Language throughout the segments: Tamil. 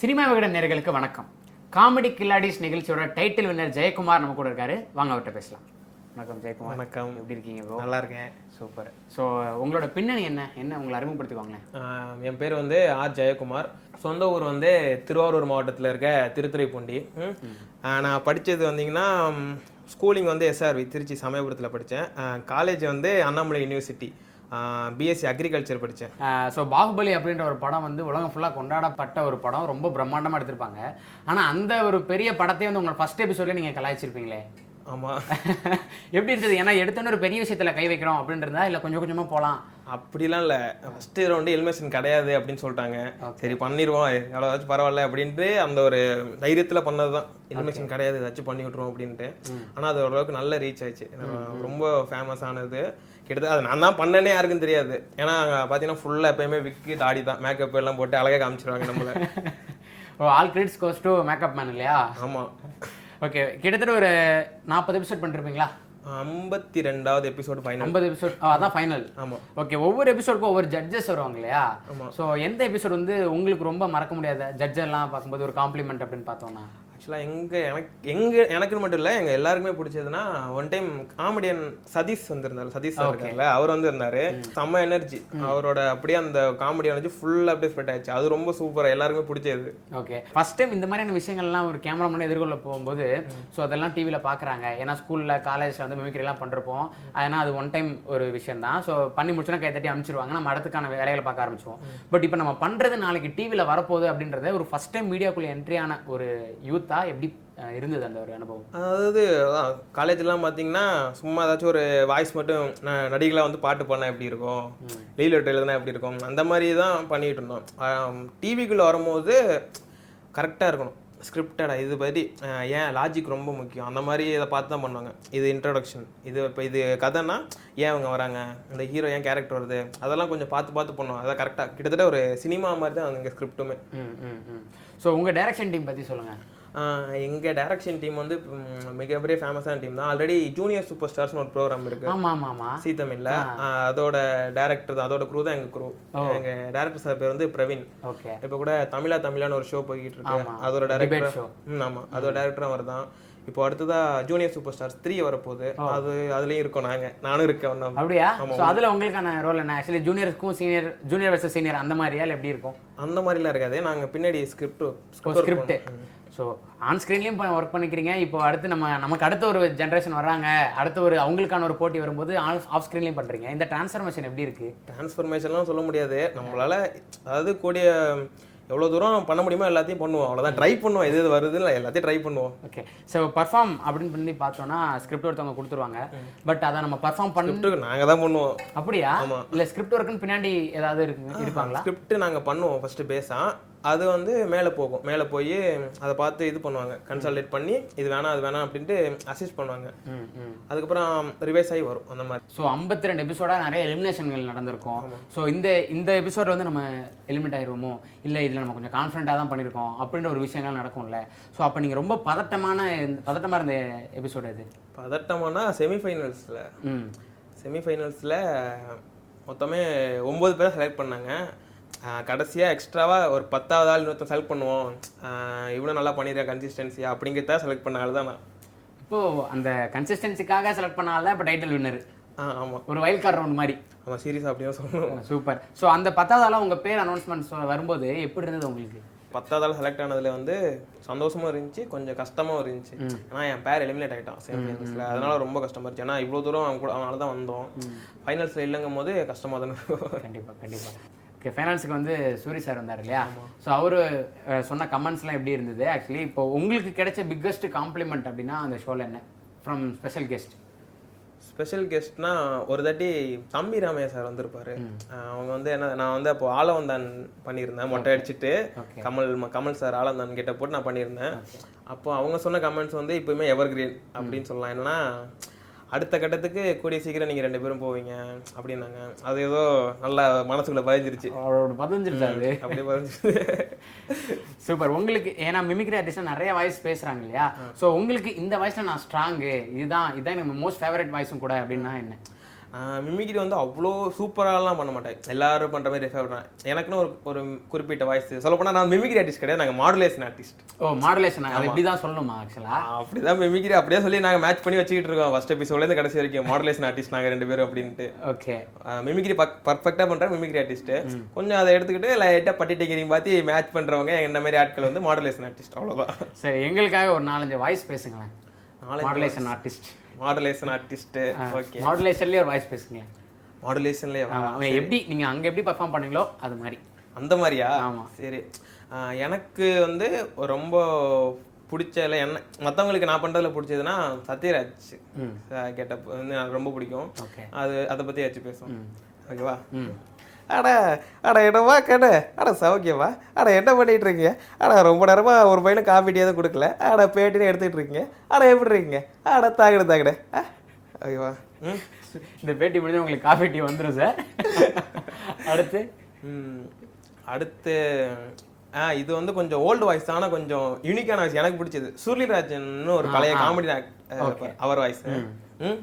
சினிமா விகடன் நேர்களுக்கு வணக்கம் காமெடி கில்லாடிஸ் நிகழ்ச்சியோட டைட்டில் வின்னர் ஜெயக்குமார் நம்ம கூட இருக்காரு வாங்க அவர்கிட்ட பேசலாம் வணக்கம் ஜெயக்குமார் வணக்கம் எப்படி இருக்கீங்க ப்ரோ நல்லா இருக்கேன் சூப்பர் ஸோ உங்களோட பின்னணி என்ன என்ன உங்களை அறிமுகப்படுத்திக்குவாங்களேன் ஆஹ் என் பேர் வந்து ஆர் ஜெயக்குமார் சொந்த ஊர் வந்து திருவாரூர் மாவட்டத்தில் இருக்க திருத்துறைப்பூண்டி ம். ஆஹ் நான் படித்தது வந்தீங்கன்னா ம், ஸ்கூலிங் வந்து எஸ்ஆர்வி திருச்சி சமயபுரத்தில் படித்தேன் காலேஜ் வந்து அண்ணாமலை யூனிவர்சிட்டி பிஎஸ்சி அக்ரிகல்ச்சர் படித்தேன் ஸோ பாகுபலி அப்படின்ற ஒரு படம் வந்து உலகம் ஃபுல்லாக கொண்டாடப்பட்ட ஒரு படம் ரொம்ப பிரம்மாண்டமாக எடுத்திருப்பாங்க ஆனால் அந்த ஒரு பெரிய படத்தை வந்து உங்களை ஃபர்ஸ்ட் எபிசோட்ல நீங்கள் கலாய்ச்சிருப்பீங்களே ஆமாம் எப்படி இருந்தது ஏன்னா எடுத்தோன்னு ஒரு பெரிய விஷயத்தில் கை வைக்கிறோம் அப்படின்னு இருந்தா இல்லை கொஞ்சம் கொஞ்சமாக போகலாம் அப்படிலாம் இல்லை ஃபஸ்ட்டு ரவுண்டு எலிமினேஷன் கிடையாது அப்படின்னு சொல்லிட்டாங்க சரி பண்ணிடுவோம் எவ்வளோதாச்சும் பரவாயில்ல அப்படின்ட்டு அந்த ஒரு தைரியத்தில் பண்ணது தான் எலிமினேஷன் கிடையாது ஏதாச்சும் பண்ணி விட்ருவோம் அப்படின்ட்டு ஆனால் அது ஓரளவுக்கு நல்ல ரீச் ஆச்சு ரொம்ப ஃபேமஸ் ஆனது கிட்டத்தட்ட அது நான் தான் பண்ணேனே யாருக்கும் தெரியாது ஏன்னா அங்க பார்த்தீங்கன்னா ஃபுல்லாக எப்பயுமே விக்கு தாடி தான் மேக்கப் எல்லாம் போட்டு அழகாக காமிச்சிருவாங்க நம்மளை ஓ all credits goes to makeup man இல்லையா ஆமாம் ஓகே கிட்டத்தட்ட ஒரு நாற்பது எபிசோட் பண்ணிருப்பீங்களா ஐம்பத்தி ரெண்டாவது எபிசோடு ஃபைனல் ஐம்பது எபிசோட் அதான் ஃபைனல் ஆமாம் ஓகே ஒவ்வொரு எபிசோடுக்கும் ஒவ்வொரு ஜட்ஜஸ் வருவாங்க இல்லையா ஸோ எந்த எபிசோட் வந்து உங்களுக்கு ரொம்ப மறக்க முடியாத judge எல்லாம் பார்க்கும்போது ஒரு காம்ப்ளிமெண்ட் அப்படின்னு பார்த்தோம்னா ஆக்சுவலாக எங்க எனக்கு எங்க எனக்குன்னு மட்டும் இல்லை எங்கள் எல்லாருக்குமே பிடிச்சதுன்னா ஒன் டைம் காமெடியன் சதீஷ் வந்திருந்தாரு சதீஷ் sir இருக்காருல்ல அவர் வந்து இருந்தாரு செம்ம எனர்ஜி அவரோட அப்படியே அந்த காமெடி எனர்ஜி ஃபுல்லாக அப்படியே ஸ்ப்ரெட் ஆயிடுச்சு அது ரொம்ப சூப்பராக எல்லாருக்குமே பிடிச்சது ஓகே ஃபர்ஸ்ட் டைம் இந்த மாதிரியான விஷயங்கள்லாம் ஒரு கேமரா முன்னாடி எதிர்கொள்ள போகும்போது ஸோ அதெல்லாம் டிவியில் பார்க்குறாங்க ஏன்னா ஸ்கூலில் காலேஜில் வந்து mimicry எல்லாம் பண்ணிருப்போம் ஏன்னா அது ஒன் டைம் ஒரு விஷயம் தான் ஸோ பண்ணி முடிச்சோன்னா கை தட்டி அனுப்பிச்சிருவாங்க நம்ம அடுத்துக்கான வேலைகளை பார்க்க ஆரம்பிச்சிருவோம் பட் இப்போ நம்ம பண்ணுறது நாளைக்கு டிவியில் வரப்போகுது அப்படின்றத ஒரு ஃபர்ஸ்ட் டைம் மீடியாக்குள்ளே என்ட்ரி ஆன ஒரு யூத்தாக எப்படி அஹ், இருந்தது அந்த ஒரு அனுபவம் அதாவது காலேஜ்லாம் பார்த்தீங்கன்னா சும்மா ஏதாச்சும் ஒரு வாய்ஸ் மட்டும் ந- நடிகளாக வந்து பாட்டு பண்ணால் எப்படி இருக்கும் லீவ் லெட்டர் எழுதுனா எப்படி இருக்கும் அந்த மாதிரி தான் பண்ணிட்டு இருந்தோம் டிவிக்குள்ளே வரும்போது கரெக்டாக இருக்கணும் ஸ்கிரிப்டடாக இது பற்றி அஹ், ஏன் லாஜிக் ரொம்ப முக்கியம் அந்த மாதிரி இதை பார்த்து தான் பண்ணுவாங்க இது இன்ட்ரடக்ஷன் இது இப்போ இது கதைன்னா ஏன் அவங்க வராங்க இந்த ஹீரோ ஏன் கேரக்டர் வருது அதெல்லாம் கொஞ்சம் பார்த்து பார்த்து பண்ணுவோம் அதான் கரெக்டாக கிட்டத்தட்ட ஒரு சினிமா மாதிரி தான் எங்கள் ஸ்கிரிப்ட்டுமே ம் ம் ம் ஸோ உங்கள் டைரக்ஷன் டீம் பற்றி சொல்லுங்கள் ஆஹ் எங்க டைரக்ஷன் டீம் வந்து ம், மிகப்பெரிய ஃபேமஸான டீம் தான் ஆல்ரெடி ஜூனியர் சூப்பர் ஸ்டார்ஸ்னு ஒரு ப்ரோக்ராம் இருக்கு ஆமா ஆமா ஆமா சீ தமிழ்ல ஆஹ் அதோட டேரக்டர் தான் அதோட க்ரூ தான் எங்க க்ரூ எங்க டேரக்டர் சார் பேர் வந்து பிரவீன் ஓகே இப்போ கூட தமிழா தமிழான்னு ஒரு ஷோ போய்கிட்டு இருக்கு அதோட Debate show. டேரக்டர் ம் ஆமா அதோட டேரக்டரும் அவர் தான் இப்போ அடுத்ததா ஜூனியர் சூப்பர் ஸ்டார்ஸ் த்ரீ வரப்போகுது அது அதுலயும் இருக்கோம் நாங்க நானும் இருக்கேன் ஒன்றும் அப்படியா ஸோ அதுல உங்களுக்கான ரோல் என்ன ஆக்சுவலி ஜூனியருக்கும் சீனியர் ஜூனியர் வர்சஸ் சீனியர் அந்த மாதிரியா இல்ல எப்படி இருக்கும் அந்த மாதிரிலாம் இருக்காது நாங்க பின்னாடி ஸ்கிரிப்ட் ஒரு ஸ்கிரிப்ட் ஸோ ஆன் ஸ்க்ரீன்லேயும் ஒர்க் பண்ணிக்கிறீங்க இப்போ அடுத்து நம்ம நமக்கு அடுத்த ஒரு ஜென்ரேஷன் வர்றாங்க அடுத்த ஒரு அவங்களுக்கான ஒரு போட்டி வரும்போது ஆஃப் ஸ்க்ரீன்லேயும் பண்றீங்க இந்த டிரான்ஸ்ஃபர்மேஷன் எப்படி இருக்கு டிரான்ஸ்ஃபர்மேஷன்லாம் சொல்ல முடியாது நம்மளால அதாவது கூடிய எவ்வளோ தூரம் பண்ண முடியுமோ எல்லாத்தையும் பண்ணுவோம் அவ்வளோதான் ட்ரை பண்ணுவோம் எது எது வருது இல்லை எல்லாத்தையும் ட்ரை பண்ணுவோம் ஓகே ஸோ பர்ஃபார்ம் அப்படின்னு பண்ணி பார்த்தோம்னா ஸ்கிரிப்ட் ஒருத்தவங்க கொடுத்துருவாங்க பட் அதை நம்ம பர்ஃபார்ம் பண்ண ஸ்கிரிப்ட்டுக்கு நாங்கள் தான் பண்ணுவோம் அப்படியா இல்ல ஸ்கிரிப்ட் ஒர்க்குன்னு பின்னாடி ஏதாவது இருக்கு இருப்பாங்களா ஸ்கிரிப்ட் நாங்கள் பண்ணுவோம் ஃபஸ்ட்டு பேஸாக அது வந்து மேலே போகும் மேலே போய் அதை பார்த்து இது பண்ணுவாங்க கன்சல்டேட் பண்ணி இது வேணாம் அது வேணாம் அப்படின்ட்டு அசிஸ்ட் பண்ணுவாங்க ம் ம் அதுக்கப்புறம் ரிவைஸ் ஆகி வரும் அந்த மாதிரி ஸோ ஐம்பத்தி ரெண்டு எபிசோடாக நிறைய எலிமினேஷன்கள் நடந்திருக்கும் ஸோ இந்த இந்த எபிசோடில் வந்து நம்ம எலிமினேட் ஆயிருவோமோ இல்லை இதில் நம்ம கொஞ்சம் கான்ஃபிடண்ட்டாக தான் பண்ணியிருக்கோம் அப்படின்ற ஒரு விஷயங்கள் நடக்கும்ல ஸோ அப்போ நீங்கள் ரொம்ப பதட்டமான பதட்டமாக இருந்த எபிசோடு இது பதட்டமானா செமிஃபைனல்ஸில் ம் செமிஃபைனல்ஸில் மொத்தமே ஒம்பது பேரை செலக்ட் பண்ணாங்க கடைசியாக எக்ஸ்ட்ராவாக ஒரு பத்தாவது ஆள் இன்னொருத்தன் செலக்ட் பண்ணுவோம் இவ்வளோ நல்லா பண்ணிடுறேன் கன்சிஸ்டன்சியா அப்படிங்கிறத செலக்ட் பண்ண ஆள் தான் நான் இப்போது அந்த கன்சிஸ்டன்சிக்காக செலக்ட் பண்ணால்தான் இப்போ டைட்டில் வின்னர் ஆ ஆமாம் ஒரு வைல்ட் கார்டு ரவுண்ட் மாதிரி ஆமாம் சீரியஸ் அப்படியே சொல்லணும் சூப்பர் ஸோ அந்த பத்தாவது ஆளாக உங்கள் பேர் அனௌன்ஸ்மெண்ட் வரும்போது எப்படி இருந்தது உங்களுக்கு பத்தாவது ஆள் செலக்ட் ஆனதில் வந்து சந்தோஷமும் இருந்துச்சு கொஞ்சம் கஷ்டமாகவும் இருந்துச்சு ஏன்னா என் பேர் எலிமினேட் ஆகிட்டான் செமிஃபைனல்ஸில் அதனால ரொம்ப கஷ்டமா இருந்துச்சு ஏன்னா இவ்வளோ தூரம் அவன் கூட அவனால தான் வந்தோம் ஃபைனல்ஸில் இல்லைங்கும் போது கஷ்டமாக தானே இருக்கும். கண்டிப்பாக கண்டிப்பாக ஓகே ஃபைனான்ஸுக்கு வந்து சூரி சார் வந்தார் இல்லையா ஸோ அவர் சொன்ன கமெண்ட்ஸ்லாம் எப்படி இருந்தது ஆக்சுவலி இப்போ உங்களுக்கு கிடைச்ச பிக்கஸ்ட் காம்ப்ளிமெண்ட் அப்படின்னா அந்த ஷோவில் என்ன ஃப்ரம் ஸ்பெஷல் கெஸ்ட் ஸ்பெஷல் கெஸ்ட்னா ஒரு தாட்டி தம்பி ராமையா சார் வந்திருப்பாரு அஹ் அவங்க வந்து என்ன நான் வந்து அப்போ ஆலவந்தான் பண்ணியிருந்தேன் மொட்டை அடிச்சுட்டு கமல் ம- கமல் சார் ஆலவந்தான் கிட்ட போட்டு நான் பண்ணியிருந்தேன் அப்போ அவங்க சொன்ன கமெண்ட்ஸ் வந்து எப்பயுமே எவர் கிரீன் அப்படின்னு சொல்லலாம் என்னன்னா அடுத்த கட்டத்துக்கு கூடிய சீக்கிரம் நீங்க ரெண்டு பேரும் போவீங்க அப்படின்னாங்க அது ஏதோ நல்லா மனசுக்குள்ள பதிஞ்சிருச்சு அவரோட பதிஞ்சிருந்தா அது அப்படியே பதிஞ்சிருச்சு சூப்பர் உங்களுக்கு ஏன்னா மிமிக்ரி ஆர்டிஸ்ட் நிறைய வாய்ஸ் பேசுகிறாங்க இல்லையா ஸோ உங்களுக்கு இந்த வாய்ஸில் நான் ஸ்ட்ராங்கு இதுதான் இதுதான் எனக்கு மோஸ்ட் ஃபேவரட் வாய்ஸும் கூட அப்படின்னா என்ன நான் மிமிக்ரி வந்து அவ்வளோ சூப்பராகலாம் பண்ண மாட்டேன் எல்லாரும் பண்ணுற மாதிரி ரெஃபர் பண்ணேன் எனக்குன்னு ஒரு ஒரு குறிப்பிட்ட வாய்ஸ் சொல்லப்போனால் நான் மிமிக்ரி ஆர்டிஸ்ட் கிடையாது நாங்கள் மாடுலேஷன் ஆர்டிஸ்ட் ஓ மாடுலேஷன் அது இப்படி தான் சொல்லணுமா ஆக்சுவலா அப்படிதான் மிமிக்ரி அப்படியே சொல்லி நாங்கள் மேட்ச் பண்ணி வச்சுக்கிட்டு இருக்கோம் ஃபர்ஸ்ட் எபிசோட்லேருந்து கடைசி வரைக்கும் மாடுலேஷன் ஆர்டிஸ்ட் நாங்கள் ரெண்டு பேரும் அப்படின்ட்டு ஓகே மிமிக்ரி பர்ஃபெக்டாக பண்ணுற மிமிக்ரி ஆர்டிஸ்ட் கொஞ்சம் அதை எடுத்துக்கிட்டு லைட்டாக பட்டி டெக்கிரிங் பார்த்து மேட்ச் பண்ணுறவங்க என்ன மாதிரி ஆட்கள் வந்து மாடுலேஷன் ஆர்டிஸ்ட் அவ்வளோதான் சரி எங்களுக்காக ஒரு நாலஞ்சு வாய்ஸ் பேசுங்களேன் modulation artist modulation artist okay மாடுலேஷன்லேயே ஒரு வாய்ஸ் பேசுங்களேன் மாடுலேஷன்லேயே ஆமா, அவன் எப்படி நீங்க அங்க எப்படி பெர்ஃபார்ம் பண்ணீங்களோ அது மாதிரி அந்த மாதிரியா ஆமா. சரி ஆ, எனக்கு வந்து ரொம்ப பிடிச்ச இல்லை என்ன மற்றவங்களுக்கு நான் பண்ணுறதுல பிடிச்சதுன்னா சத்யராஜ் ம். கெட்டப் வந்து எனக்கு ரொம்ப பிடிக்கும் ஓகே அது அதை பற்றி வச்சு பேசுவோம் ஓகேவா அட அட என்னவா கேட அட சௌக்கியவா அட என்ன பண்ணிட்டு இருக்கீங்க அட ரொம்ப நேரமா ஒரு பையனும் காஃபி டீ எதுவும் கொடுக்கல அட பேட்டினு எடுத்துட்டு இருக்கீங்க அட எப்படி இருக்கீங்க அட தாகடு தாகடு ஆ ஓகேவா ம் இந்த பேட்டி முடிஞ்சு உங்களுக்கு காஃபி டீ வந்துரும் சார் அடுத்து ம், அடுத்து ஆ இது வந்து கொஞ்சம் ஓல்டு வாய்ஸ் ஆனா கொஞ்சம் யூனிக்கான வாய்ஸ் எனக்கு பிடிச்சது சூரியராஜன்னு ஒரு பழைய காமெடி அவர் வாய்ஸ் ம்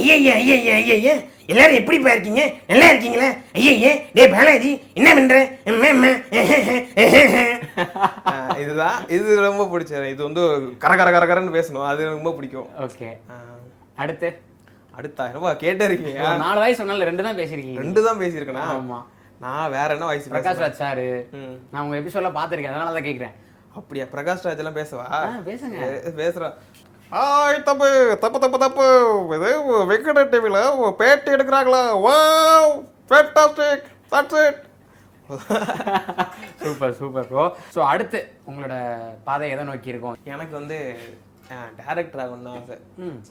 ஐயா ஐயா ஐயா ஐயா ஐயா ஐயா எல்லாரும் எப்படி பா இருக்கீங்க நல்லா இருக்கீங்களா ஐயா ஐயா டேய் பாலாஜி என்ன பண்ற அம்மா, அம்மா, ஆ, இதுதான் இது ரொம்ப பிடிச்சது இது வந்து கர கர கர கரன்னு பேசணும் அது எனக்கு ரொம்ப பிடிக்கும் ஓகே ஆ, அடுத்து அடுத்தா என்னவா கேட்டே இருக்கீங்க ஒரு நாலு வாய்ஸ் சொன்னால ரெண்டு தான் பேசிருக்கீங்க ரெண்டு தான் பேசியிருக்கேனா ஆமா நான் வேற என்ன வாய்ஸ் பேச பிரகாஷ் ராஜ் சாரு ம். நான் உங்க எபிசோட்ல பாத்திருக்கேன் அதனால தான் கேக்குறேன் அப்படியா பிரகாஷ் ராஜ் எல்லாம் பேசுவா ஆ, பேசுங்க. ஏ, பேசுறா ஆய் தப்பு தப்பு தப்பு தப்பு இது வெங்கட டிவில பேட்டி எடுக்கிறாங்களா wow fantastic that's it super super bro so அடுத்து உங்களோட பாதை எதை நோக்கி இருக்கும் எனக்கு வந்து டேரக்டர் ஆகணும்னு ஆசை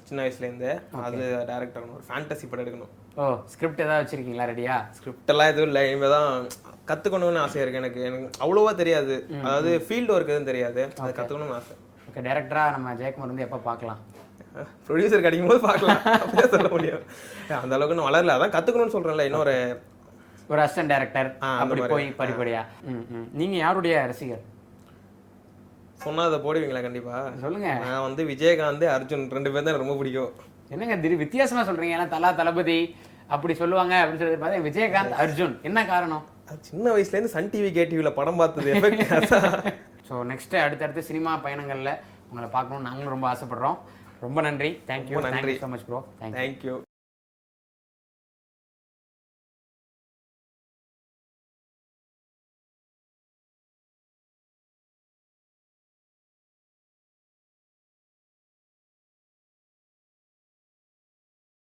சின்ன வயசுலேருந்து அது டேரக்டர் ஆகணும் ஒரு ஃபேண்டசி படம் எடுக்கணும் ஓ ஸ்கிரிப்ட் ஏதாவது வச்சிருக்கீங்களா ரெடியா ஸ்கிரிப்ட் எல்லாம் எதுவும் இல்லை இனிமே தான் கற்றுக்கணும்னு ஆசையாக இருக்கு எனக்கு எனக்கு அவ்வளோவா தெரியாது அதாவது ஃபீல்டு ஒர்க் எதுவும் தெரியாது அது கற்றுக்கணும்னு ஆசை ஓகே டேரக்டரா நம்ம ஜெயக்குமார் வந்து எப்போ பார்க்கலாம் ப்ரொடியூசர் கிடைக்கும் போது பார்க்கலாம் அப்படியே சொல்ல முடியாது அந்த அளவுக்கு இன்னும் வளரல அதான் கத்துக்கணும்னு சொல்றேன்ல இன்னொரு ஒரு அசிஸ்டன்ட் டேரக்டர் ஆ, அந்த அப்படி மாதிரி. போய் படிப்படியா ம் ம். நீங்க யாருடைய ரசிகர் சொன்னா அதை போடுவீங்களா கண்டிப்பா சொல்லுங்க நான் வந்து விஜயகாந்த் அர்ஜுன் ரெண்டு பேரும் தான் எனக்கு ரொம்ப பிடிக்கும் என்னங்க திரு வித்தியாசமா சொல்றீங்க ஏன்னா தலா தளபதி அப்படி சொல்லுவாங்க அப்படின்னு சொல்லி பார்த்தா விஜயகாந்த் அர்ஜுன் என்ன காரணம் அது சின்ன வயசுல இருந்து சன் டிவி கே டிவில படம் பார்த்தது effect ஆ? ஸோ நெக்ஸ்ட் அடுத்தடுத்த சினிமா பயணங்கள்ல உங்களை பார்க்கணும்னு நாங்களும் ரொம்ப ஆசைப்படுறோம் ரொம்ப நன்றி தேங்க்யூ ரொம்ப நன்றி. Thank you so much bro thank you Thank you